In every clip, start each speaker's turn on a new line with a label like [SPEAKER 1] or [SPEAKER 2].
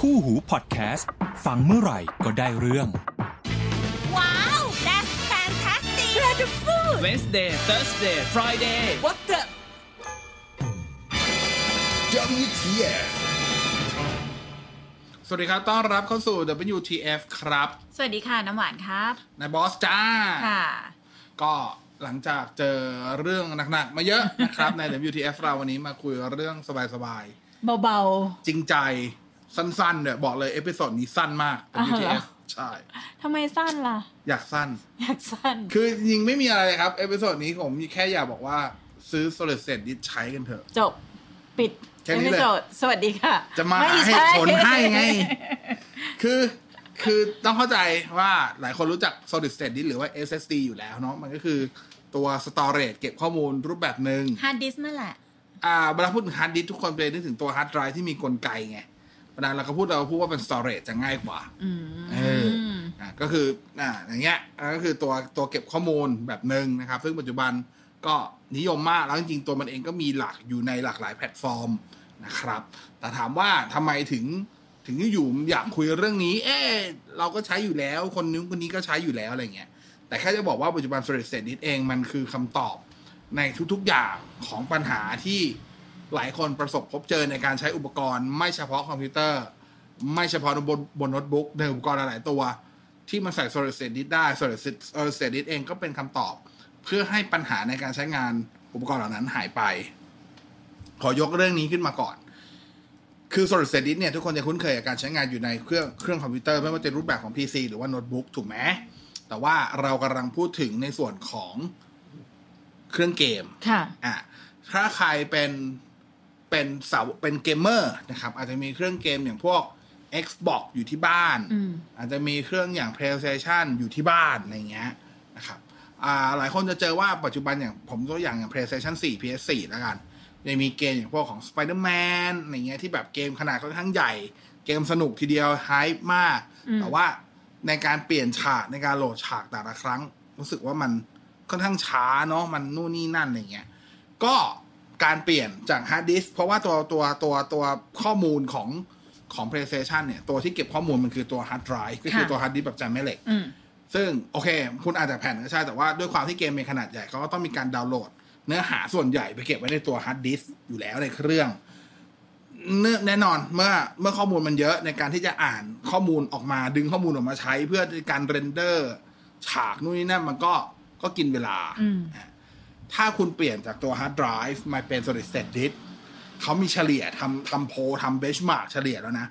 [SPEAKER 1] คู่หูพอดแคสต์ฟังเมื่อไหร่ก็ได้เรื่อง
[SPEAKER 2] Wow, that's fantastic! Wonderful!
[SPEAKER 3] Wednesday, Thursday, Friday
[SPEAKER 2] What the?
[SPEAKER 4] WTF สวัสดีครับ ต้อนรับเข้าสู่ WTF ครับ
[SPEAKER 2] สวัสดีค่ะ น้ำหวานครับ
[SPEAKER 4] นายบอสจ้า
[SPEAKER 2] ค่ะ
[SPEAKER 4] ก็หลังจากเจอเรื่องหนัก ๆ มาเยอะนะครับ ใน WTF เราวันนี้มาคุยเรื่องสบาย
[SPEAKER 2] เบา
[SPEAKER 4] ๆ จริงใจสั้น ๆเนี่ยบอกเลย เอพิโซดนี้สั้นมาก
[SPEAKER 2] อ่าเหรอ
[SPEAKER 4] WTF ใช่
[SPEAKER 2] ๆ ทำไมสั้นล่ะ
[SPEAKER 4] อยากสั้น
[SPEAKER 2] อยากสั้น
[SPEAKER 4] คือจริงๆไม่มีอะไรเลยครับ เอพิโซดนี้ผมมีแค่อยากบอกว่าซื้อ s o l i d s e t ดิใช้กันเถอะ
[SPEAKER 2] จบ ปิด
[SPEAKER 4] แค่นี้เลย
[SPEAKER 2] ไม่จบสวัสดีค่ะ
[SPEAKER 4] จะมาหา
[SPEAKER 2] ไใช่
[SPEAKER 4] เหตุผลให้ไง คือ คือต้องเข้าใจว่าหลายคนรู้จัก solid state disk หรือว่า SSD อยู่แล้วเนาะ มันก็คือตัว storage เก็บข้อมูลรูปแบบหนึ่ง
[SPEAKER 2] ฮาร์ดดิสก์นั่นแหละ
[SPEAKER 4] อ่าเวลาพูดถึง hard disk ทุกคนไปนึกถึงตัว hard drive ที่มีกลไกไงเวลาเราก็พูดเราก็พูดว่าเป็น storage จะง่ายกว่า
[SPEAKER 2] อื
[SPEAKER 4] เออ
[SPEAKER 2] ม
[SPEAKER 4] อ่าก็คือ อ่า อย่างเงี้ยอ่าก็คือตัวตัวเก็บข้อมูลแบบหนึ่งนะครับ ซึ่งปัจจุบันก็นิยมมาก แล้วจริงๆ ตัวมันเองก็มีหลักอยู่ในหลากหลายแพลตฟอร์มนะครับ แต่ถามว่าทำไมถึงถึงอยู่ๆอยากคุยเรื่องนี้ เอ๊ะเราก็ใช้อยู่แล้ว คนนู้นคนนี้ก็ใช้อยู่แล้วอะไรเงี้ย แต่แค่จะบอกว่าปัจจุบัน solid state disk เองมันคือคำตอบในทุกๆอย่างของปัญหาที่หลายคนประสบพบเจอในการใช้อุปกรณ์ไม่เฉพาะคอมพิวเตอร์ ไม่เฉพาะบนบนโน้ตบุ๊กในอุปกรณ์หลายๆตัว ที่มันใส่ solid state disk ได้ solid state solid state disk เองก็เป็นคำตอบ เพื่อให้ปัญหาในการใช้งานอุปกรณ์เหล่านั้นหายไป ขอยกเรื่องนี้ขึ้นมาก่อน คือ solid state disk เนี่ยทุกคนจะคุ้นเคยกับการใช้งานอยู่ในเครื่องเครื่องคอมพิวเตอร์ไม่ว่าจะรูปแบบของ PC หรือว่าโน้ตบุ๊กถูกไหมแต่ว่าเรากำลังพูดถึงในส่วนของเครื่องเกม
[SPEAKER 2] ค่ะ
[SPEAKER 4] อ่ะถ้าใครเป็นเป็นเสาเป็นเกมเมอร์นะครับ อาจจะมีเครื่องเกมอย่างพวก Xbox อยู่ที่บ้าน
[SPEAKER 2] อืม
[SPEAKER 4] อาจจะมีเครื่องอย่าง PlayStation อยู่ที่บ้านอะไรเงี้ยนะครับอ่าหลายคนจะเจอว่าปัจจุบันอย่างผมตัวอย่างอย่าง PlayStation 4 PS4 แล้วกันยังมีเกมอย่างพวกของ Spider-Man อะไรเงี้ยที่แบบเกมขนาดค่อนข้างใหญ่ เกมสนุกทีเดียวไฮป์มาก
[SPEAKER 2] อืม
[SPEAKER 4] แต่ว่าในการเปลี่ยนฉากในการโหลดฉากแต่ละครั้ง รู้สึกว่ามันค่อนข้างช้าเนาะมันนู่นนี่นั่นอะไรเงี้ย ก็การเปลี่ยนจากฮาร์ดดิสเพราะว่าตัวตัวตัวตัวข้อมูลของของ PlayStation เนี่ย ตัวที่เก็บข้อมูลมันคือตัวฮาร์ดไดรฟ์ก็คือ
[SPEAKER 2] ค่ะ
[SPEAKER 4] ตัวฮาร์ดดิสแบบจานแม่เหล็ก
[SPEAKER 2] อืม
[SPEAKER 4] ซึ่งโอเค คุณอาจจะแผ่นก็ใช่ แต่ว่าด้วยความที่เกมเป็นขนาดใหญ่เขาก็ต้องมีการดาวน์โหลด เนื้อหาส่วนใหญ่ไปเก็บไว้ในตัวฮาร์ดดิสอยู่แล้วในเครื่องเนื่องแน่นอนเมื่อเมื่อข้อมูลมันเยอะในการที่จะอ่านข้อมูลออกมาดึงข้อมูลออกมาใช้ เพื่อการเรนเดอร์ ฉากนู่นนี่นั่นมันก็ก็กินเวลา
[SPEAKER 2] อืม
[SPEAKER 4] ถ้าคุณเปลี่ยนจากตัวฮาร์ดไดรฟ์มาเป็น solid state disk เขามีเฉลี่ยทำทำโพลทำเบชมาร์กเฉลี่ยแล้วนะ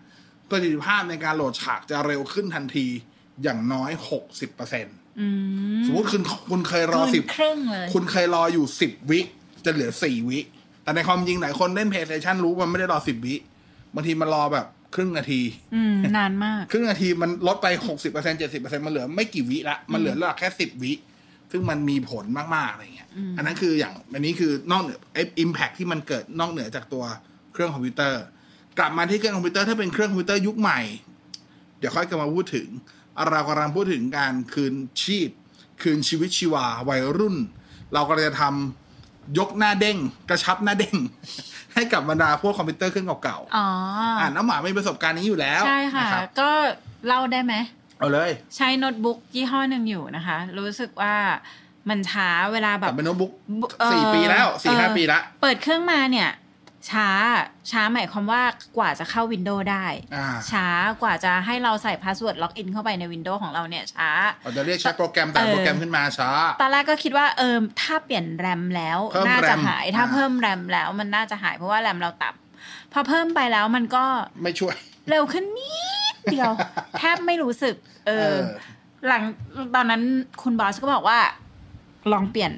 [SPEAKER 4] ประสิทธิภาพในการโหลดฉากจะเร็วขึ้นทันทีอย่างน้อย 60%
[SPEAKER 2] อืม
[SPEAKER 4] สมมติคุณคุณเคยรอสิบ
[SPEAKER 2] ครึ่งเลย
[SPEAKER 4] คุณเคยรออยู่ 10 วิ จะเหลือ 4 วิ แต่ในความจริงหลายคนเล่น PlayStation รู้มันไม่ได้รอ 10 วิบางทีมันรอแบบครึ่งนาที
[SPEAKER 2] อืม นานมาก
[SPEAKER 4] ครึ่งนาทีมันลดไป 60% 70%มันเหลือไม่กี่วิละ มันเหลือหลักแค่ 10 วิ ซึ่งมันมีผลมาก ๆ อะไรเงี้ย อันนั้นคืออย่าง อันนี้คือนอกเหนือไอ้อิมแพคที่มันเกิดนอกเหนือจากตัวเครื่องคอมพิวเตอร์ กลับมาที่เครื่องคอมพิวเตอร์ถ้าเป็นเครื่องคอมพิวเตอร์ยุคใหม่ เดี๋ยวค่อยกลับมาพูดถึง เรากำลังพูดถึงการคืนชีพ คืนชีวิตชีวาวัยรุ่น เรากำลังจะทำยกหน้าเด้ง กระชับหน้าเด้ง ให้กับบรรดาพวกคอมพิวเตอร์เครื่องเก่า
[SPEAKER 2] อ๋อ
[SPEAKER 4] ๆ
[SPEAKER 2] อ
[SPEAKER 4] อ่านน้ำหมามีประสบการณ์นี้อยู่แล้ว
[SPEAKER 2] ใช่ค่ะ
[SPEAKER 4] นรับ
[SPEAKER 2] ก็เล่าได้ไหม
[SPEAKER 4] เอาเลย
[SPEAKER 2] ใช้โน้ตบุ๊กยี่ห้อหนึ่งอยู่นะคะ รู้สึกว่ามันช้าเวลาแบ
[SPEAKER 4] แบบ บเป็นโน้ตบุ๊ก
[SPEAKER 2] เอ่อ
[SPEAKER 4] สี่ปีแล้วสี่ห้า
[SPEAKER 2] เอ่อ
[SPEAKER 4] ปีละ
[SPEAKER 2] เปิดเครื่องมาเนี่ย ช้าช้าหมายความว่ากว่าจะเข้า Windows ได้
[SPEAKER 4] อ่า
[SPEAKER 2] ช้ากว่าจะให้เราใส่พาสเวิร์ดล็อกอินเข้าไปใน Windows ของเราเนี่ยช้า
[SPEAKER 4] เราจะเรียกใช้โปรแกรมแต่
[SPEAKER 2] เอ่อ
[SPEAKER 4] โปรแกรมขึ้นมาช้า
[SPEAKER 2] ตอนแรกก็คิดว่าเออถ้าเปลี่ยนแรมแล้ว
[SPEAKER 4] เพิ่ม
[SPEAKER 2] น่าจะ
[SPEAKER 4] RAM
[SPEAKER 2] หายถ้า
[SPEAKER 4] อ่า
[SPEAKER 2] เพิ่มแรมแล้วมันน่าจะหายเพราะว่าแรมเราต่ำพอเพิ่มไปแล้วมันก็
[SPEAKER 4] ไม่ช่วย
[SPEAKER 2] เร็วขึ้นนิดเดี ยว แทบไม่รู้สึก เอ
[SPEAKER 4] เอ
[SPEAKER 2] อ
[SPEAKER 4] อ
[SPEAKER 2] หลังตอนนั้นคุณบอสก็บอกว่า ลองเปลี่ยน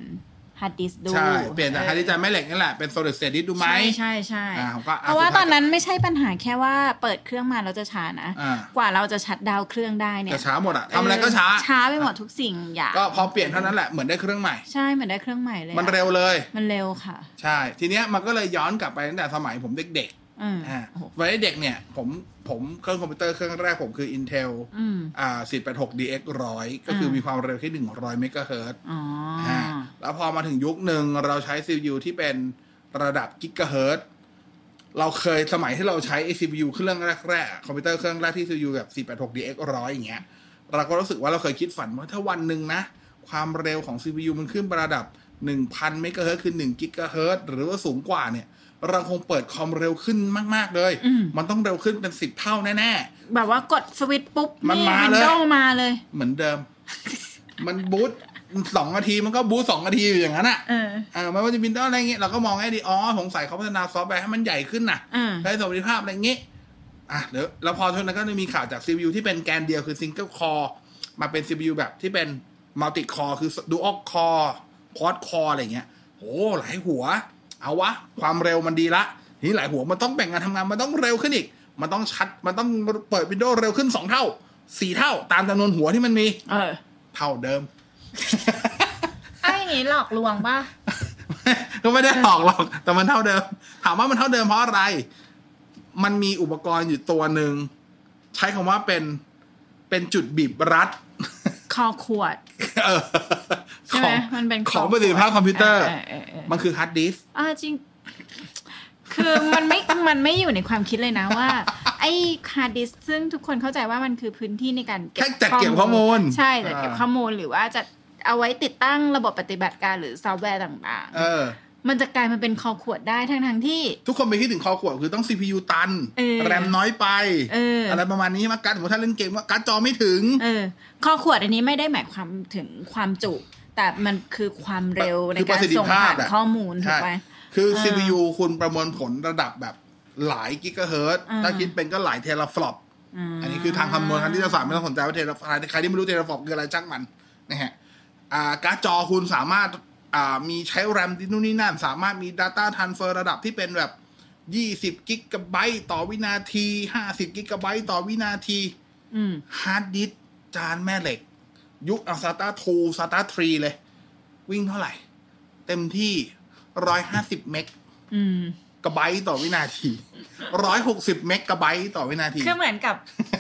[SPEAKER 2] ฮาร์ดดิสก์ดู
[SPEAKER 4] ใช่ เปลี่ยนจากฮาร์ดดิสก์จานแม่เหล็กนี่แหละ เป็นโซลิดสเต e ดิสดูไหม
[SPEAKER 2] ใช่ใช่ใช่
[SPEAKER 4] อ่าผมก็อ่ะ
[SPEAKER 2] เพราะว่า
[SPEAKER 4] สุดท้าย
[SPEAKER 2] ตอนนั้นไม่ใช่ปัญหาแค่ว่าเปิดเครื่องมาเราจะช้านะ
[SPEAKER 4] อ่าก
[SPEAKER 2] ว่าเราจะชัดดาวน์เครื่องได้เนี่
[SPEAKER 4] จะ
[SPEAKER 2] ย
[SPEAKER 4] ช้าหมดอะทำอะไรก็ช้า
[SPEAKER 2] ช้าไปหมดทุกสิ่งอย่าง
[SPEAKER 4] ก็พอเปลี่ยนเท่านั้นแหละ เหมือนได้เครื่องใหม่
[SPEAKER 2] ใช่เหมือนได้เครื่องใหม่เลยอะ
[SPEAKER 4] มันเร็วเลย
[SPEAKER 2] มันเร็วค่ะ
[SPEAKER 4] ใช่ ทีเนี้ยมันก็เลยย้อนกลับไปตั้งแต่สมัยผมเด็ก
[SPEAKER 2] อืม
[SPEAKER 4] ๆอ่า
[SPEAKER 2] โอ้โห
[SPEAKER 4] วัยเด็กเนี่ย ผมผมเครื่องคอมพิวเตอร์เครื่องแรกผมคือ Intel
[SPEAKER 2] อืม
[SPEAKER 4] อ่า 486DX100 ก็คือมีความเร็วแค่100เมกะเฮิรตซ์
[SPEAKER 2] อ๋ออ
[SPEAKER 4] อ่าแล้วพอมาถึงยุคหนึ่งเราใช้ซี u ที่เป็นระดับกิกะเฮิรตซ์ เราเคยสมัยที่เราใช้ CPU เครื่องแรกๆคอมพิวเตอร์เครื่องแรกที่ CPU แบบ 486DX 100 อย่างเงี้ย เราก็รู้สึกว่าเราเคยคิดฝันว่าถ้าวันหนึ่งนะ ความเร็วของ CPU มันขึ้นประดับ 1,000เมกะเฮิรตซ์คือ1กิกะเฮิรตซ์หรือว่าสูงกว่าเนี่ย เราคงเปิดคอมเร็วขึ้นมาก ๆ เลย
[SPEAKER 2] อืม
[SPEAKER 4] มันต้องเร็วขึ้นเป็น 10 เท่าแน่
[SPEAKER 2] แบบว่ากดสวิตช์ปุ๊บ
[SPEAKER 4] มันมา
[SPEAKER 2] วิน
[SPEAKER 4] เลย
[SPEAKER 2] โดว์มาเลย
[SPEAKER 4] ๆ เหมือนเดิม มันบูตสองนาทีมันก็บูตสองนาทีอยู่อย่างนั้นอะ
[SPEAKER 2] เออ
[SPEAKER 4] เออไม่ว่าจะวินโดว์อะไรเงี้ยเราก็มองให้ดีอ๋อสงสัยเขาพัฒนาซอฟต์แวร์ให้มันใหญ่ขึ้นนะ
[SPEAKER 2] อ่า
[SPEAKER 4] ได้สมรรถภาพอะไรเงี้ยอ่ะเดี๋ยวแล้วพอช่วงนั้นก็จะมีข่าวจาก CPU ที่เป็นแกนเดียวคือ Single Core มาเป็น CPU แบบที่เป็น Multi Core คือ Dual Core Quad Core อะไรเงี้ยโอ้หลายหัว เอาวะ ความเร็วมันดีละทีนี้หลายหัวมันต้องแบ่งงานทำงานมันต้องเร็วขึ้นอีก มันต้องชัดมันต้องเปิดวินโดว์เร็วขึ้นสองเท่าสี่เท่า ตามจำนวนหัวที่มันมี
[SPEAKER 2] เออ
[SPEAKER 4] เท่าเดิม
[SPEAKER 2] ไอ้อย่างนี้หลอกลวงป่ะ
[SPEAKER 4] ก็ไม่ได้หลอกหรอก แต่มันเท่าเดิม ถามว่ามันเท่าเดิมเพราะอะไร มันมีอุปกรณ์อยู่ตัวหนึ่ง ใช้คำว่าเป็น เป็นจุดบีบรัด
[SPEAKER 2] คอขวด
[SPEAKER 4] เออ
[SPEAKER 2] ใช่ไหมมันเป็น
[SPEAKER 4] ของประสิทธิภาพคอมพิวเตอร์
[SPEAKER 2] เออเออเออ
[SPEAKER 4] มันคือฮาร์ดดิสก์
[SPEAKER 2] อ่าจริง คือมันไม่ มันไม่อยู่ในความคิดเลยนะว่า ไอ้ฮาร์ดดิสซึ่งทุกคนเข้าใจว่ามันคือพื้นที่ในการ
[SPEAKER 4] แค่จัดเก็บข้อมูล
[SPEAKER 2] ใช่จัดเก็บข้อมูลหรือว่าจะเอาไว้ติดตั้งระบบปฏิบัติการหรือซอฟต์แวร์ต่าง
[SPEAKER 4] เออ
[SPEAKER 2] ๆ มันจะกลายมาเป็นคอขวดได้ทั้งทั้งๆที่
[SPEAKER 4] ทุกคนไปคิดถึงคอขวดคือต้อง CPU ตัน
[SPEAKER 2] เออ
[SPEAKER 4] แรมน้อยไป
[SPEAKER 2] เอออ
[SPEAKER 4] อะไรประมาณนี้มาการ์ดสมมติถ้าเล่นเกมว่าการ์ดจอไม่ถึง
[SPEAKER 2] เออคอขวดอันนี้ไม่ได้หมายความถึงความจุ แต่มันคือความเร็วใน
[SPEAKER 4] คือป
[SPEAKER 2] การ
[SPEAKER 4] ระสิทธิ
[SPEAKER 2] ส่งผ่า
[SPEAKER 4] ภาพ
[SPEAKER 2] น
[SPEAKER 4] อะ
[SPEAKER 2] ข้อมูลถูกไหม
[SPEAKER 4] ใช่คือ
[SPEAKER 2] เออ
[SPEAKER 4] CPU คุณประมวลผลระดับแบบหลายกิกะเฮิรตซ์
[SPEAKER 2] อืม
[SPEAKER 4] ถ้าคิดเป็นก็หลายเทราฟลอป อันนี้คือทางคำนวณทางนิติศาสตร์ไม่ต้องสนใจว่าเทราฟอร์มใครที่ไม่รู้เทราฟอร์มคืออะไรจ้างมันนะฮะอ่าการ์ดจอคุณสามารถอ่ามีใช้แรมที่นู่นนี่นั่น สามารถมี Data Transfer ระดับที่เป็นแบบ 20กิกะไบต์ต่อวินาที 50กิกะไบต์ต่อวินาที
[SPEAKER 2] อืม
[SPEAKER 4] ฮาร์ดดิสก์จานแม่เหล็ก ยุคอัลซาต้า2ซาต้า3เลย วิ่งเท่าไหร่ เต็มที่ 150 เมก
[SPEAKER 2] อืม
[SPEAKER 4] ะไบต์ต่อวินาที 160 เมกะไบต์ต่อวินาที
[SPEAKER 2] คือเหมือนกับ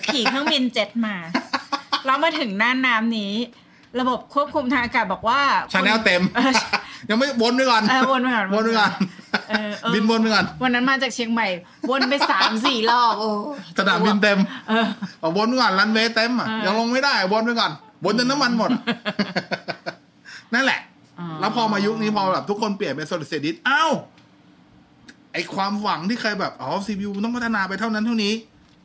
[SPEAKER 2] ขี่เครื่องบินเจ็ตมา แล้วมาถึงน่านน้ำนี้ ระบบควบคุมทางอากาศบอกว่า
[SPEAKER 4] ชาแนล เต็ม
[SPEAKER 2] ออ
[SPEAKER 4] ยังไม่วนไปก่อน
[SPEAKER 2] เออวนไปก่อน
[SPEAKER 4] วนไปก่อน
[SPEAKER 2] เออเออ
[SPEAKER 4] บินวนไปก่อน
[SPEAKER 2] วันนั้นมาจากเชียงใหม่ วนไปสามสี่รอบ โอ้
[SPEAKER 4] สนามบินเต็ม
[SPEAKER 2] เออ
[SPEAKER 4] เอาวนไปก่อนรันเวย์เต็มอ่ะ
[SPEAKER 2] เออ
[SPEAKER 4] ยังลงไม่ได้วนไปก่อนวนจนน้ำมันหมด นั่นแหละ
[SPEAKER 2] อ๋อ
[SPEAKER 4] แล้วพอมายุคนี้พอแบบทุกคนเปลี่ยนเป็น solid state disk อ้าวไอความหวังที่เคยแบบอ๋อ CPU มันต้องพัฒนาไปเท่านั้นเท่านี้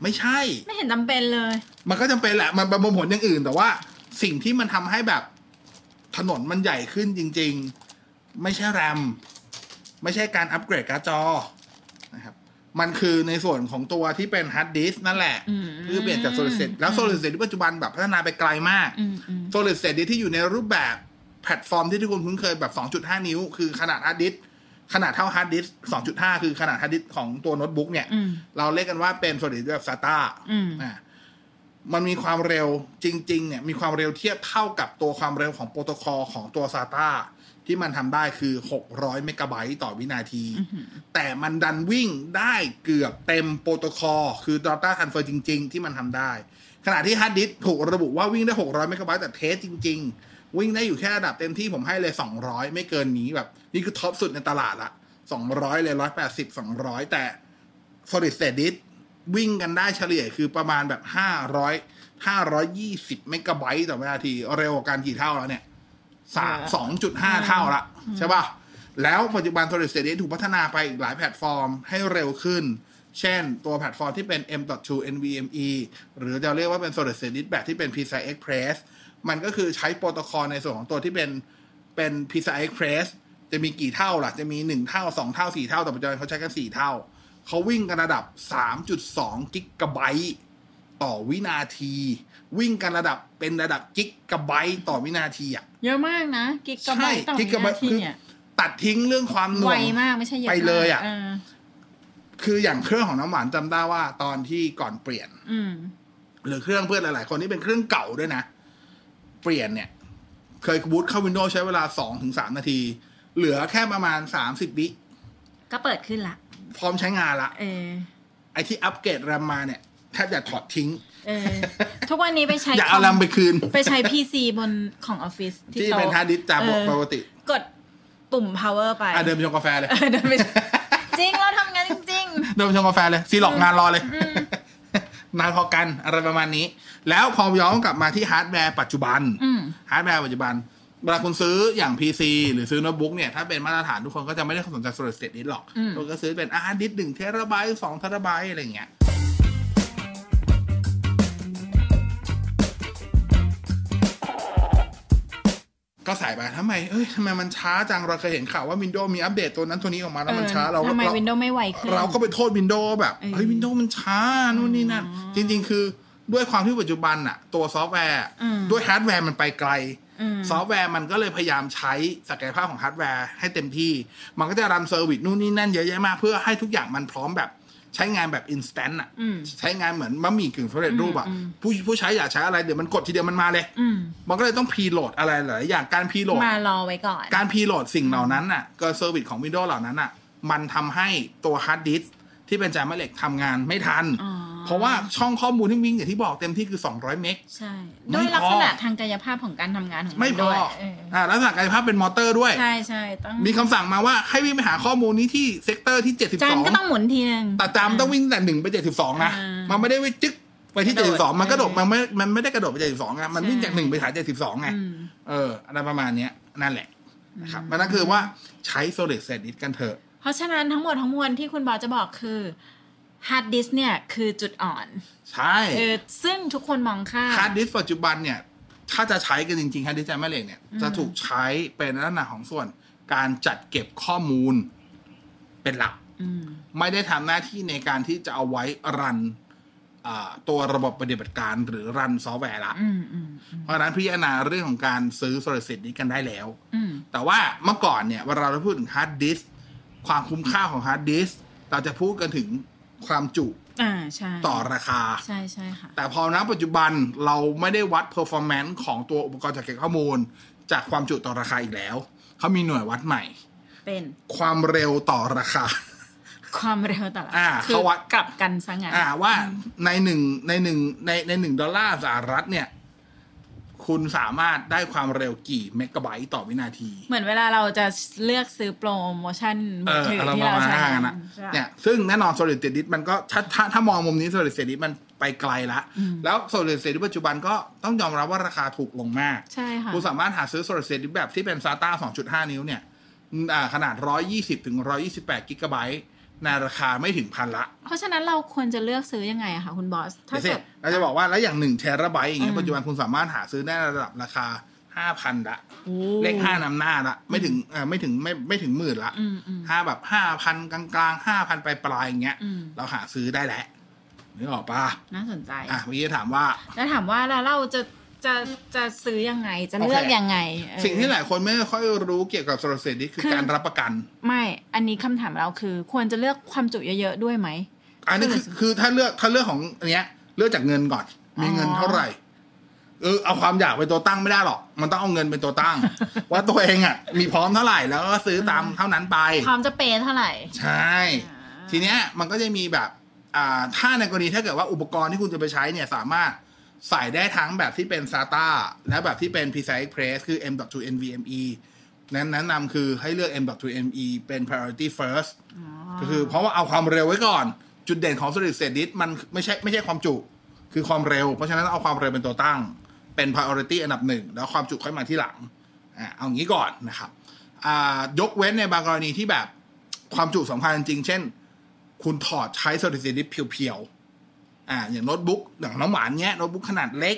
[SPEAKER 4] ไม่ใช่
[SPEAKER 2] ไม่เห็นจำเป็นเลย
[SPEAKER 4] มันก็จำเป็นแหละ มันประมวลผลอย่างอื่น แต่ว่าสิ่งที่มันทำให้แบบถนนมันใหญ่ขึ้นจริง ๆ ไม่ใช่แรม ไม่ใช่การอัปเกรดการ์ดจอนะครับ มันคือในส่วนของตัวที่เป็นฮาร์ดดิสก์นั่นแหละ
[SPEAKER 2] อืม
[SPEAKER 4] คือเปลี่ยนจากโซลิดเซตแล้วโซลิดเซตที่ปัจจุบันแบบพัฒนาไปไกลมาก
[SPEAKER 2] อืมอืม
[SPEAKER 4] โซลิดเซตที่อยู่ในรูปแบบแพลตฟอร์มที่ทุกคนคุ้นเคยแบบ 2.5 นิ้ว คือขนาดฮาร์ดดิสก์ขนาดเท่าฮาร์ดดิสก์2.5 คือขนาดฮาร์ดดิสก์ของตัวโน้ตบุ๊กเนี่ย
[SPEAKER 2] อืม
[SPEAKER 4] เราเรียกกันว่าเป็น solid แบบ SATA
[SPEAKER 2] อืม
[SPEAKER 4] อ่ะมันมีความเร็วจริง ๆ เนี่ย มีความเร็วเทียบเท่ากับตัวความเร็วของโปรโตคอลของตัว SATA ที่มันทำได้คือ 600 เมกะไบต์ต่อวินาที แต่มันดันวิ่งได้เกือบเต็มโปรโตคอลคือ Data Transfer จริง ๆ ที่มันทำได้ ขณะที่ฮาร์ดดิสถูกระบุว่าวิ่งได้ 600 เมกะไบต์แต่เทสจริง ๆ วิ่งได้อยู่แค่ระดับเต็มที่ผมให้เลย 200 ไม่เกินนี้แบบ นี่คือท็อปสุดในตลาดละ200 เลย 180 200 แต่ solid state disk วิ่งกันได้เฉลี่ยคือประมาณแบบ 500 520 เมกะไบต์ต่อวินาที เร็วกว่าการกี่เท่าแล้วเนี่ยสามสองจุดห้าเท่าละใช่ป่ะ แล้วปัจจุบัน solid state disk ถูกพัฒนาไปอีกหลายแพลตฟอร์มให้เร็วขึ้น เช่นตัวแพลตฟอร์มที่เป็น M.2 NVMe หรือจะเรียกว่าเป็น solid state disk แบบที่เป็น PCI Express มันก็คือใช้โปรโตคอลในส่วนของตัวที่เป็น เป็น PCI Express จะมีกี่เท่าล่ะ จะมี 1 เท่า 2 เท่า 4 เท่า แต่ปัจจุบันเขาใช้กัน 4 เท่า เขาวิ่งกันระดับ 3.2 กิกะไบต์ต่อวินาที วิ่งกันระดับเป็นระดับกิกะไบต์ต่อวินาทีอ่ะ
[SPEAKER 2] เยอะมากนะ กิกะไบ
[SPEAKER 4] ใช่
[SPEAKER 2] ต์ต่อ
[SPEAKER 4] กิ
[SPEAKER 2] วิ
[SPEAKER 4] กะไบ
[SPEAKER 2] นา
[SPEAKER 4] ต์
[SPEAKER 2] ที
[SPEAKER 4] คือ
[SPEAKER 2] เนี่ย
[SPEAKER 4] ตัดทิ้งเรื่องความหน่
[SPEAKER 2] ไว
[SPEAKER 4] วง
[SPEAKER 2] มากไม่ใช่เยอะ
[SPEAKER 4] ไปเลยอะ
[SPEAKER 2] มากอ
[SPEAKER 4] คืออย่างเครื่องของน้ำหวานจำได้ว่าตอนที่ก่อนเปลี่ยน
[SPEAKER 2] อืม
[SPEAKER 4] หรือเครื่องเพื่อนหลาย ๆ คนที่เป็นเครื่องเก่าด้วยนะ เปลี่ยนเนี่ย เคยบูตเข้า Windows ใช้เวลา 2-3 นาที เหลือแค่ประมาณ 30วิ
[SPEAKER 2] ก็เปิดขึ้นละ
[SPEAKER 4] พร้อมใช้งานละ
[SPEAKER 2] เออ
[SPEAKER 4] ไอ้ที่อัปเกรดแรมมาเนี่ยแทบจะถอดทิ้ง
[SPEAKER 2] เออ ทุกวันนี้ไปใช้
[SPEAKER 4] อย่าเอาแรมไปคืน
[SPEAKER 2] ไปใช้พีซีบนของออฟฟิศที่
[SPEAKER 4] ที่
[SPEAKER 2] โต๊ะ
[SPEAKER 4] เป็นฮาร์ดดิสก์จาก
[SPEAKER 2] เออ
[SPEAKER 4] ปกติ
[SPEAKER 2] กดปุ่ม power ไป
[SPEAKER 4] อ่ะเดินไปชงกาแฟเลย
[SPEAKER 2] เออเดินไป จริงเราทำงานจริง
[SPEAKER 4] เดินไปชงกาแฟเลยซีหลอกงานรอเลย นานพอกันอะไรประมาณนี้ แล้วพอย้อนกลับมาที่ฮาร์ดแวร์ปัจจุบัน
[SPEAKER 2] อืม
[SPEAKER 4] ฮาร์ดแวร์ปัจจุบัน เวลาคุณซื้ออย่าง PC หรือซื้อโน้ตบุ๊กเนี่ย ถ้าเป็นมาตรฐานทุกคนก็จะไม่ได้สนใจ solid state disk หรอก
[SPEAKER 2] อืม
[SPEAKER 4] คนก็ซื้อเป็นอาร์ดิสหนึ่งเทราไบต์สองเทราไบต์อะไรอย่างเงี้ย ก็ใส่ไปทำไม เอ้ยทำไมมันช้าจัง เราเคยเห็นข่าวว่า Windows มีอัปเดตตัวนั้นตัวนี้ออกมาแล้วมันช้าเราก็
[SPEAKER 2] ทำไม
[SPEAKER 4] เรา
[SPEAKER 2] วินโดว์ไม่ไวขึ้น
[SPEAKER 4] เราก็ไปโทษ Windows แบบ เฮ้ย
[SPEAKER 2] เออ
[SPEAKER 4] Windows มันช้านู่นนี่นั่น จริง ๆ คือด้วยความที่ปัจจุบันอะตัวซอฟต์แวร์
[SPEAKER 2] อืม
[SPEAKER 4] ด้วยฮาร์ดแวร์มันไปไกล
[SPEAKER 2] อืม
[SPEAKER 4] ซอฟต์แวร์มันก็เลยพยายามใช้ศักยภาพของฮาร์ดแวร์ให้เต็มที่ มันก็จะรันเซอร์วิสนู่นนี่นั่นเยอะแยะมาก เพื่อให้ทุกอย่างมันพร้อมแบบใช้งานแบบอินสแตนต์อะ
[SPEAKER 2] อืม
[SPEAKER 4] ใช้งานเหมือนบะหมี่กึ่งสำเร็จรูปอะ
[SPEAKER 2] อืมอืม
[SPEAKER 4] ผู้ผู้ใช้อยากใช้อะไรเดี๋ยวมันกดทีเดียวมันมาเลย
[SPEAKER 2] อืม
[SPEAKER 4] มันก็เลยต้องพรีโหลดอะไรหลายอย่างการพรีโหลด
[SPEAKER 2] มารอไว้ก่อน
[SPEAKER 4] การพรีโหลดสิ่งเหล่านั้นน่ะก็เซอร์วิสของ Windows เหล่านั้นน่ะ มันทำให้ตัวฮาร์ดดิสก์ที่เป็นจามาเหล็กทำงานไม่ทัน
[SPEAKER 2] อ๋อ
[SPEAKER 4] เพราะว่าช่องข้อมูลที่วิ่งอย่างที่บอกเต็มที่คือ 200 เมก
[SPEAKER 2] ใช่
[SPEAKER 4] ไม่
[SPEAKER 2] ด้วยลักษณะ
[SPEAKER 4] พอ
[SPEAKER 2] ทางกายภาพของการทำงานของน
[SPEAKER 4] ไม่พอ
[SPEAKER 2] ด้วยเออ
[SPEAKER 4] อ่าลักษณะกายภาพเป็นมอเตอร์ด้วย
[SPEAKER 2] ใช่ใช่ต้อง
[SPEAKER 4] มีคำสั่งมาว่าให้วิ่งไปหาข้อมูลนี้ที่เซกเตอร์ที่
[SPEAKER 2] จานก็ต้อง
[SPEAKER 4] 72
[SPEAKER 2] หมุนทีนึง
[SPEAKER 4] แต่จามต้องวิ่งตั้งแต่หนึ่งไป 72 นะ
[SPEAKER 2] อ่ามั
[SPEAKER 4] มันไม่ได้ไปจึ๊กไปที่
[SPEAKER 2] กระโดด
[SPEAKER 4] 72 มันกระโดด
[SPEAKER 2] เออ
[SPEAKER 4] มันไม่มันไม่ได้กระโดดไป 72ไงมันวิ่ง
[SPEAKER 2] ใช่
[SPEAKER 4] จากหนึ่งไปหา72ไง
[SPEAKER 2] อืม
[SPEAKER 4] เอออะไรประมาณเนี้ยนั่นแหละนะครับมันก็คือว่าใช้ solid state disk กันเถอะ
[SPEAKER 2] เพราะฉะนั้นทั้งหมดทั้งมวลที่คุณบอสจะบอกคือฮาร์ดดิสเนี่ยคือจุดอ่อน
[SPEAKER 4] ใช่
[SPEAKER 2] เออซึ่งทุกคนมองข้าม
[SPEAKER 4] ฮาร์ดดิสก์ปัจจุบันเนี่ย ถ้าจะใช้กันจริงๆฮาร์ดดิสก์จามาเหล็กเนี่ย
[SPEAKER 2] อืม
[SPEAKER 4] จะถูกใช้เป็นลักษณะของส่วนการจัดเก็บข้อมูลเป็นหลัก
[SPEAKER 2] อืม
[SPEAKER 4] ไม่ได้ทำหน้าที่ในการที่จะเอาไว้รันอ่าตัวระบบปฏิบัติการหรือรันซอฟต์แวร์ละ
[SPEAKER 2] อืมอืมอืม
[SPEAKER 4] เพราะฉะนั้นพิจารณาเรื่องของการซื้อ solid state นี้กันได้แล้ว
[SPEAKER 2] อืม
[SPEAKER 4] แต่ว่าเมื่อก่อนเนี่ยเวลาเราพูดถึงฮาร์ดดิสก์ความคุ้มค่าของฮาร์ดดิสก์เราจะพูดกันถึงความจุ
[SPEAKER 2] อ่าใช่
[SPEAKER 4] ต่อราคา
[SPEAKER 2] ใช่ใช่ค่ะ
[SPEAKER 4] แต่พอณปัจจุบันเราไม่ได้วัด performance ของตัวอุปกรณ์จัดเก็บข้อมูล จากความจุต่อราคาอีกแล้ว เขามีหน่วยวัดใหม่
[SPEAKER 2] เป็น
[SPEAKER 4] ความเร็วต่อราคา
[SPEAKER 2] ความเร็วต่อละ
[SPEAKER 4] อ่า
[SPEAKER 2] คื
[SPEAKER 4] เขาวัด
[SPEAKER 2] กลับกันซะงั้น
[SPEAKER 4] อ่าว่าในหนึ่งในหนึ่งในในหนึ่งดอลลาร์สหรัฐเนี่ย คุณสามารถได้ความเร็วกี่เมกะไบต์ต่อวินาที
[SPEAKER 2] เหมือนเวลาเราจะเลือกซื้อโปรโมชั่น
[SPEAKER 4] เอ
[SPEAKER 2] มือ
[SPEAKER 4] อ
[SPEAKER 2] ถือ
[SPEAKER 4] เรา
[SPEAKER 2] ที่
[SPEAKER 4] มา
[SPEAKER 2] เรา
[SPEAKER 4] มา
[SPEAKER 2] ใช้
[SPEAKER 4] ห้ากันนะ
[SPEAKER 2] ใช่
[SPEAKER 4] เนี่ยซึ่งแน่นอน solid state disk มันก็ถ้าถ้าถ้ามองมุมนี้ solid state disk มันไปไกลละ
[SPEAKER 2] อืม
[SPEAKER 4] แล้ว solid state disk ปัจจุบันก็ต้องยอมรับว่าราคาถูกลงมาก
[SPEAKER 2] ใช่ค่ะ
[SPEAKER 4] คุณสามารถหาซื้อโซลาร์เซตแบบที่เป็น SATA 2.5 นิ้วเนี่ยอ่าขนาด 120ถึง128กิกะไบต์ในราคาไม่ถึงพันละ
[SPEAKER 2] เพราะฉะนั้นเราควรจะเลือกซื้อยังไงอะคะคุณบอส ถ้า
[SPEAKER 4] เดี๋ยวสิ
[SPEAKER 2] เกิด
[SPEAKER 4] เราจะบอกว่าแล้วอย่าง 1 เทราไบต์อย่างเงี้ย
[SPEAKER 2] อืม
[SPEAKER 4] ปัจจุบันคุณสามารถหาซื้อได้ระดับราคา 5,000 ละ
[SPEAKER 2] โอ้
[SPEAKER 4] เลข 5นำหน้าละ ไม่ถึงเอ่อไม่ถึงไม่ไม่ถึงหมื่นละ
[SPEAKER 2] อืมอืม
[SPEAKER 4] ห้าแบบ 5,000 กลางๆ 5,000 ปลายๆอย่างเงี้ย
[SPEAKER 2] อืม
[SPEAKER 4] เราหาซื้อได้แล้วนึกออกปะ
[SPEAKER 2] น่าสนใจ
[SPEAKER 4] อ่ะเมื่อกี้ถามว่า
[SPEAKER 2] แล้วถามว่าแล้วเราจะจะจะซื้อยังไงจะเลือก
[SPEAKER 4] โอเค
[SPEAKER 2] ยังไงเออ
[SPEAKER 4] สิ่งที่หลายคนไม่ค่อยรู้เกี่ยวกับโซลาร์เซตนี่คือ
[SPEAKER 2] คือ
[SPEAKER 4] การรับประกัน
[SPEAKER 2] ไม่ อันนี้คำถามเราคือ ควรจะเลือกความจุเยอะๆด้วยไหม
[SPEAKER 4] อันนี้คือคือถ้าเลือกถ้าเลือกของอันเนี้ย เลือกจากเงินก่อน มีเงินเท่าไหร่เออเอาความอยากเป็นตัวตั้งไม่ได้หรอก มันต้องเอาเงินเป็นตัวตั้ง ว่าตัวเองอ่ะ มีพร้อมเท่าไหร่แล้วก็ซื้อตามเท่านั้นไป
[SPEAKER 2] ความจะเปย์เท่าไหร่
[SPEAKER 4] ใช่ ทีเนี้ยมันก็จะมีแบบอ่าถ้าในกรณีถ้าเกิดว่าอุปกรณ์ที่คุณจะไปใช้เนี่ยสามารถใส่ได้ทั้งแบบที่เป็น SATA และแบบที่เป็น PCI Express คือ M.2 NVMe นั้นแนะนำคือให้เลือก M.2 NVMe เป็น priority first ก็คือเพราะว่าเอาความเร็วไว้ก่อน จุดเด่นของ solid state disk มันไม่ใช่ไม่ใช่ความจุ คือความเร็ว เพราะฉะนั้นเอาความเร็วเป็นตัวตั้ง เป็น priority อันดับหนึ่ง แล้วความจุค่อยมาที่หลังอ่ะเอางี้ก่อนนะครับอ่ายกเว้นในบางกรณีที่แบบความจุสำคัญจริงๆเช่น คุณถอดใช้ solid state disk เพียวๆอ่าอย่างโน้ตบุ๊กอย่างน้องหวานเนี้ยโน้ตบุ๊กขนาดเล็ก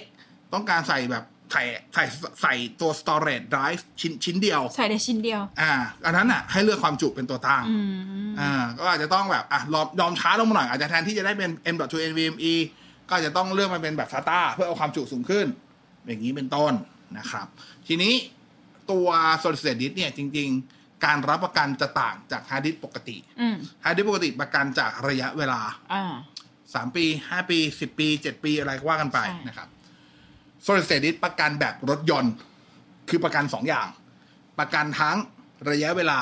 [SPEAKER 4] ต้องการใส่แบบใส่ใส่ใส่ตัว storage drive ชิ้นชิ้นเดียว
[SPEAKER 2] ใส่ได้ชิ้นเดียว
[SPEAKER 4] อ่าอันนั้นอ่ะให้เลือกความจุเป็นตัวตั้ง
[SPEAKER 2] อืม
[SPEAKER 4] อ่าก็อาจจะต้องแบบอ่ะยอมยอมช้าลงมาหน่อยอาจจะแทนที่จะได้เป็น M.2 NVMe ก็อาจจะต้องเลือกมาเป็นแบบ SATA เพื่อเอาความจุสูงขึ้น อย่างนี้เป็นต้นนะครับ ทีนี้ตัว solid state disk เนี่ยจริง ๆ การรับประกันจะต่างจากฮาร์ดดิสก์ปกติ
[SPEAKER 2] อืม
[SPEAKER 4] ฮาร์ดดิสก์ปกติประกันจากระยะเวลา
[SPEAKER 2] อ่า
[SPEAKER 4] 3 ปี 5 ปี 10 ปี 7 ปีอะไรก็ว่ากันไป
[SPEAKER 2] ใช่
[SPEAKER 4] นะครับ solid state disk ประกันแบบรถยนต์ คือประกัน 2 อย่าง ประกันทั้งระยะเวลา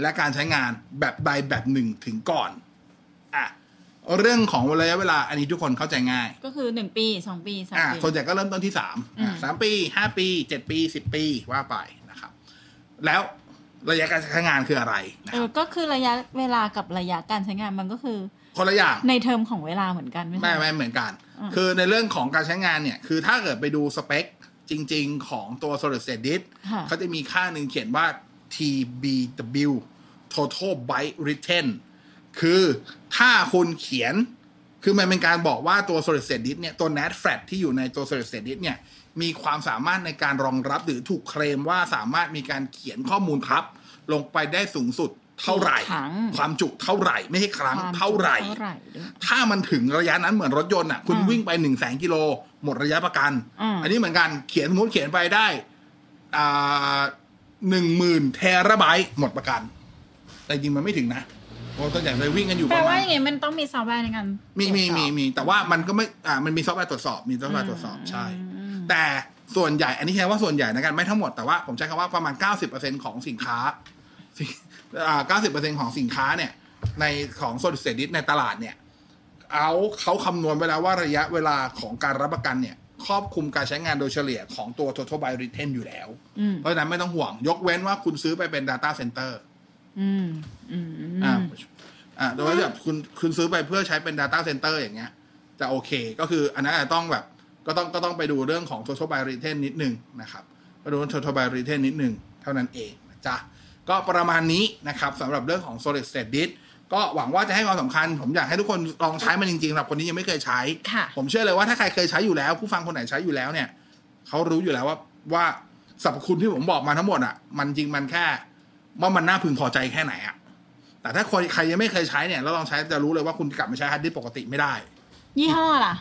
[SPEAKER 4] และการใช้งานแบบใดแบบหนึ่งถึงก่อน อ่ะ เรื่องของระยะเวลาอันนี้ทุกคนเข้าใจง่าย
[SPEAKER 2] ก็คือหนึ่งปีสองปีสาม
[SPEAKER 4] อ่ะ
[SPEAKER 2] ปี
[SPEAKER 4] ส่วนใหญ่ก็เริ่มต้นที่สาม
[SPEAKER 2] อืม
[SPEAKER 4] สามปีห้าปีเจ็ดปีสิบปีว่าไปนะครับ แล้วระยะการใช้งานคืออะไรนะ
[SPEAKER 2] เอ
[SPEAKER 4] ครั
[SPEAKER 2] อบ ก็คือระยะเวลากับระยะการใช้งานมันก็คือ
[SPEAKER 4] คนละอย่าง
[SPEAKER 2] ในเทอมของเวลาเหมือนกันไหมคะ
[SPEAKER 4] ไม่ไม่เหมือนกัน
[SPEAKER 2] อ่า
[SPEAKER 4] คือในเรื่องของการใช้งานเนี่ย คือถ้าเกิดไปดูสเปคจริง ๆ ของตัว solid state disk
[SPEAKER 2] ค่ะ
[SPEAKER 4] เขาจะมีค่าหนึ่งเขียนว่า TBW total byte written คือถ้าคุณเขียน คือมันเป็นการบอกว่าตัว solid state disk เนี่ย ตัว NAT flat ที่อยู่ในตัว solid state disk เนี่ย มีความสามารถในการรองรับหรือถูกเคลมว่าสามารถมีการเขียนข้อมูลครับ ลงไปได้สูงสุดเท่าไหร่
[SPEAKER 2] ครั้ง
[SPEAKER 4] ความจุเท่าไหร่ไม่ใช่ครั้ง
[SPEAKER 2] ควม
[SPEAKER 4] เท่าไหร่
[SPEAKER 2] เท่าไหร่ด้วย
[SPEAKER 4] ถ้ามันถึงระยะนั้นเหมือนรถยนต์อ่ะคุณ
[SPEAKER 2] อ่า
[SPEAKER 4] วิ่งไปหนึ่งแสนกิโลหมดระยะประกัน
[SPEAKER 2] อ่า
[SPEAKER 4] อันนี้เหมือนกันเขียนสมมติเขียนไปได้อ่าหนึ่งหมื่นเทราไบต์หมดประกัน แต่จริงมันไม่ถึงนะเพราะตัวอย่างเลยวิ่งกันอยู่ป
[SPEAKER 2] แปล
[SPEAKER 4] ระมา
[SPEAKER 2] ว่า
[SPEAKER 4] ณ
[SPEAKER 2] อย่างไงมันต้องมีซอฟต์แวร์ในการ
[SPEAKER 4] มีมีมี
[SPEAKER 2] ตรวจสอบ
[SPEAKER 4] มีแต่ว่ามันก็ไม่อ่ามันมีซอฟต์แวร์ตรวจสอบมีซอฟต์แวร์ตรวจสอบใช่ แต่ส่วนใหญ่ อันนี้ใช้ว่าส่วนใหญ่นะกันไม่ทั้งหมดแต่ว่าผมใช้คำว่าประมาณ 90%ของสินค้าสิอ่า90%ของสินค้าเนี่ย ในของโซลิดเซดิสในตลาดเนี่ย เอาเขาคำนวณไว้แล้วว่าระยะเวลาของการรับประกันเนี่ย ครอบคลุมการใช้งานโดยเฉลี่ยของตัว total by retain อยู่แล้ว
[SPEAKER 2] อืม
[SPEAKER 4] เพราะฉะนั้นไม่ต้องห่วง ยกเว้นว่าคุณซื้อไปเป็น data center
[SPEAKER 2] อืมอืมอื
[SPEAKER 4] อ่าม อ่าโดยว่าแบบคุณคุณซื้อไปเพื่อใช้เป็น Data Center อย่างเงี้ย จะโอเคก็คืออันนั้นอาจจะต้องแบบก็ต้องก็ต้องไปดูเรื่องของ Total by Return นิดนึงนะครับไปดู Total by Return นิดนึง เท่านั้นเองนะจ้ะก็ประมาณนี้นะครับสำหรับเรื่องของ Solid State Disk ก็หวังว่าจะให้ความสำคัญ ผมอยากให้ทุกคนลองใช้มันจริงๆสำหรับคนที่ยังไม่เคยใช้
[SPEAKER 2] ค่ะ
[SPEAKER 4] ผมเชื่อเลยว่าถ้าใครเคยใช้อยู่แล้ว ผู้ฟังคนไหนใช้อยู่แล้วเนี่ย เขารู้อยู่แล้วว่าว่าสรรพคุณที่ผมบอกมาทั้งหมดอ่ะ มันจริงมันแค่ว่ามันน่าพึงพอใจแค่ไหนอ่ะ แต่ถ้าคนใครยังไม่เคยใช้เนี่ยแล้วลองใช้จะรู้เลยว่าคุณกลับมาใช้ฮาร์ดดิสก์ปกติไม่ได้
[SPEAKER 2] ยี่ห้อล่ะ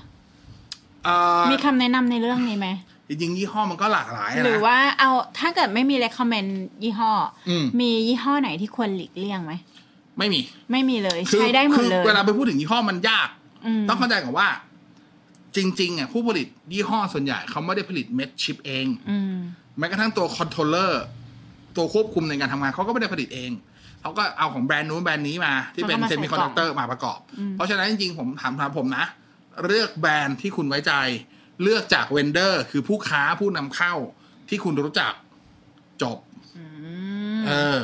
[SPEAKER 4] เอ่อ
[SPEAKER 2] มีคำแนะนำในเรื่องนี้ไหม
[SPEAKER 4] จริงๆยี่ห้อมันก็หลากหลายนะ
[SPEAKER 2] หรือว่าเอาถ้าเกิดไม่มี recommend ยี่ห้ออ
[SPEAKER 4] ม
[SPEAKER 2] มียี่ห้อไหนที่ควรหลีกเลี่ยงไหม
[SPEAKER 4] ไม่มี
[SPEAKER 2] ไม่มีเลย
[SPEAKER 4] คือ
[SPEAKER 2] ใช้ได้หมด
[SPEAKER 4] คือ
[SPEAKER 2] เลย
[SPEAKER 4] เวลาไปพูดถึงยี่ห้อมันยาก
[SPEAKER 2] อืม
[SPEAKER 4] ต้องเข้าใจก่อนว่า จริงๆอ่ะผู้ผลิตยี่ห้อส่วนใหญ่เขาไม่ได้ผลิตเม็ดชิปเอง
[SPEAKER 2] อืม
[SPEAKER 4] แม้กระทั่งตัวคอนโทรลเลอร์ตัวควบคุมในการทำงานเขาก็ไม่ได้ผลิตเอง เขาก็เอาของแบรนด์นู้นแบรนด์นี้มา ที่เป็น
[SPEAKER 2] แล้วก็มา
[SPEAKER 4] เซ
[SPEAKER 2] ใส่
[SPEAKER 4] มิคอนดักเตอร์มาประกอบ
[SPEAKER 2] อืม
[SPEAKER 4] เพราะฉะนั้นจริงๆผมถามถามผมนะ เลือกแบรนด์ที่คุณไว้ใจ เลือกจากเวนเดอร์ คือผู้ค้าผู้นำเข้าที่คุณรู้จักจบ
[SPEAKER 2] อืม
[SPEAKER 4] เออ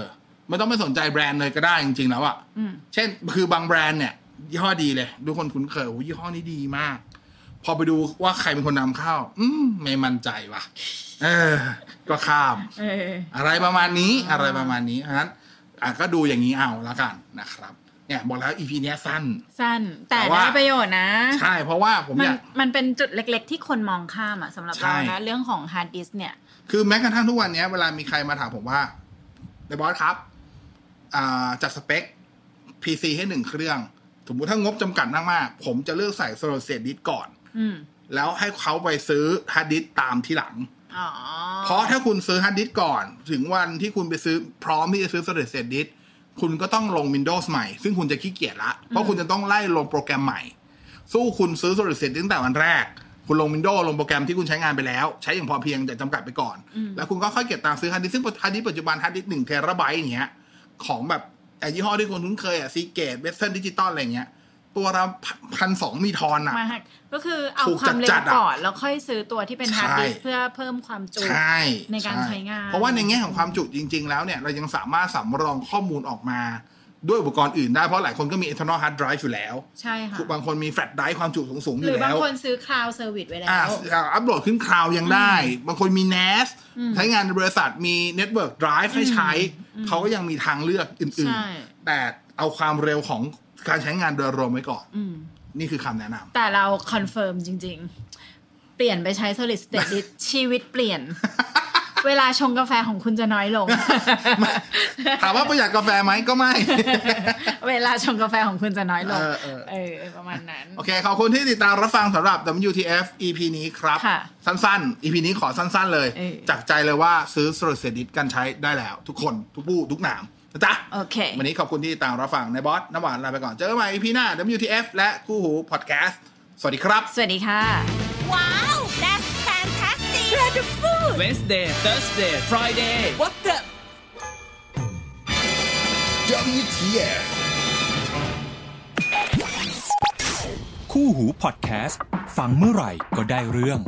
[SPEAKER 4] ไม่ต้องไม่สนใจแบรนด์เลยก็ได้จริงๆแล้วอะ
[SPEAKER 2] อืม
[SPEAKER 4] เช่น คือบางแบรนด์เนี่ย ยี่ห้อดีเลยดูคนคุ้นเคยโอ้ยี่ห้อนี้ดีมาก พอไปดูว่าใครเป็นคนนำเข้า อืมไม่มั่นใจว่ะ เออ ก็ข้าม
[SPEAKER 2] เออ
[SPEAKER 4] อะไรประมาณนี้
[SPEAKER 2] อ่า
[SPEAKER 4] อะไรประมาณนี้เพราะฉะนั้นอ่ะก็ดูอย่างนี้เอาละกันนะครับ เนี่ยบอกแล้ว EP เนี้ยสั้น
[SPEAKER 2] สั้นแต่
[SPEAKER 4] แต่ว่า
[SPEAKER 2] ได้ประโยชน์นะ
[SPEAKER 4] ใช่เพราะว่าผม
[SPEAKER 2] มั
[SPEAKER 4] อน ยาก
[SPEAKER 2] มันเป็นจุดเล็กๆ ที่คนมองข้ามอ่ะสำหรับ
[SPEAKER 4] ใช่
[SPEAKER 2] เรานะเรื่องของฮาร์ดดิสเนี่ย
[SPEAKER 4] คือแม้กระทั่งทุกวันเนี้ยเวลามีใครมาถามผมว่าในบอสครับอ่าจัดสเปค PC ให้หนึ่งเครื่อง สมมติถ้างบจำกัดมากๆผมจะเลือกใส่โซลเซตดิสก่อน
[SPEAKER 2] อืม
[SPEAKER 4] แล้วให้เขาไปซื้อฮาร์ดดิสก์ตามที่หลัง
[SPEAKER 2] อ๋อ
[SPEAKER 4] เพราะถ้าคุณซื้อฮาร์ดดิสก์ก่อน ถึงวันที่คุณไปซื้อพร้อมที่จะซื้อ solid state disk คุณก็ต้องลง Windows ใหม่ ซึ่งคุณจะขี้เกียจละ เพราะคุณจะต้องไล่ลงโปรแกรมใหม่ สู้คุณซื้อ solid state disk ตั้งแต่วันแรก คุณลง Windows ลงโปรแกรมที่คุณใช้งานไปแล้ว ใช้อย่างพอเพียงแต่จำกัดไปก่อน แล้วคุณก็ค่อยเก็บตามซื้อฮาร์ดดิสก์ซึ่งฮาร์ดดิสก์ปัจจุบันฮาร์ดดิสก์หนึ่งเทราไบต์อย่างเงี้ยของแบบไอ้ยี่ห้อที่คนคุ้นเคยอะซีเกตเวสเทิร์นดิจิตอลอะไรอย่างเงี้ยตัวละพันสองมีทอนอะ
[SPEAKER 2] มาหักก็คือเอา
[SPEAKER 4] ถูก
[SPEAKER 2] ความเร็
[SPEAKER 4] จั
[SPEAKER 2] ว
[SPEAKER 4] ดๆอะ
[SPEAKER 2] ก่อน แล้วค่อยซื้อตัวที่เป็นฮาร์ดดิส
[SPEAKER 4] ใช่
[SPEAKER 2] เพื่อเพิ่มความจุ
[SPEAKER 4] ใช่
[SPEAKER 2] ในการใช้งาน
[SPEAKER 4] เพราะว่าในแง่ของความจุจริง ๆ แล้วเนี่ย เรายังสามารถสำรองข้อมูลออกมา ด้วยอุปกรณ์อื่นได้ เพราะหลายคนก็มี external hard drive อยู่แล้ว
[SPEAKER 2] ใช่ค่ะ
[SPEAKER 4] บางคนมีแฟลชไดรฟ์ความจุสูง ๆ อ
[SPEAKER 2] หรื
[SPEAKER 4] ยู่
[SPEAKER 2] อบา
[SPEAKER 4] แล้
[SPEAKER 2] ง
[SPEAKER 4] ว
[SPEAKER 2] คนซื้อคลาวด์เซอร์วิสไว้แล้
[SPEAKER 4] อ่าว อัปโหลดขึ้นคลาวยังได้ บางคนมี NAS ใช้งานในบริษัทมี Network Drive ให้ใช้ เขาก็ยังมีทางเลือกอื่น
[SPEAKER 2] ใช่
[SPEAKER 4] ๆ แต่เอาความเร็วของการใช้งานโดยรวมไว้ก่อน
[SPEAKER 2] อืม
[SPEAKER 4] นี่คือคำแนะนำ
[SPEAKER 2] แต่เราคอนเฟิร์มจริง ๆ เปลี่ยนไปใช้ solid state disk ชีวิตเป ลี่ยน เวลาชงกาแฟของคุณจะน้อยลง
[SPEAKER 4] ถามว่าประหยัดกาแฟไหมก็ไม่
[SPEAKER 2] เวลาชงกาแฟของคุณจะน้อยลง
[SPEAKER 4] เออเออ
[SPEAKER 2] เออ ประมาณนั้น
[SPEAKER 4] โอเค ขอบคุณที่ติดตามรับฟังสำหรับ WTF EP นี้ครับ
[SPEAKER 2] ค่ะ
[SPEAKER 4] สั้นๆ EP นี้ขอสั้น ๆ เลย
[SPEAKER 2] เออ
[SPEAKER 4] จากใจเลยว่าซื้อสโตรเซดิตกันใช้ได้แล้ว ทุกคน ทุกผู้ ทุกหนามนะจ๊ะ
[SPEAKER 2] โอเค
[SPEAKER 4] วันนี้ขอบคุณที่ติดตามรับฟังในบอสน้ำหวานลาไปก่อน เจอกันใหม่ EP หน้า WTF และคู่หูพอดแคสต์สวัสดีครับ
[SPEAKER 2] สวัสดีค่ะ
[SPEAKER 5] Wow, that's fantastic! Wonderful!
[SPEAKER 3] Wednesday, Thursday, Friday.
[SPEAKER 5] What the?
[SPEAKER 6] WTF
[SPEAKER 1] คู่หูพอดแคสต์ ฟังเมื่อไหร่ก็ได้เรื่อง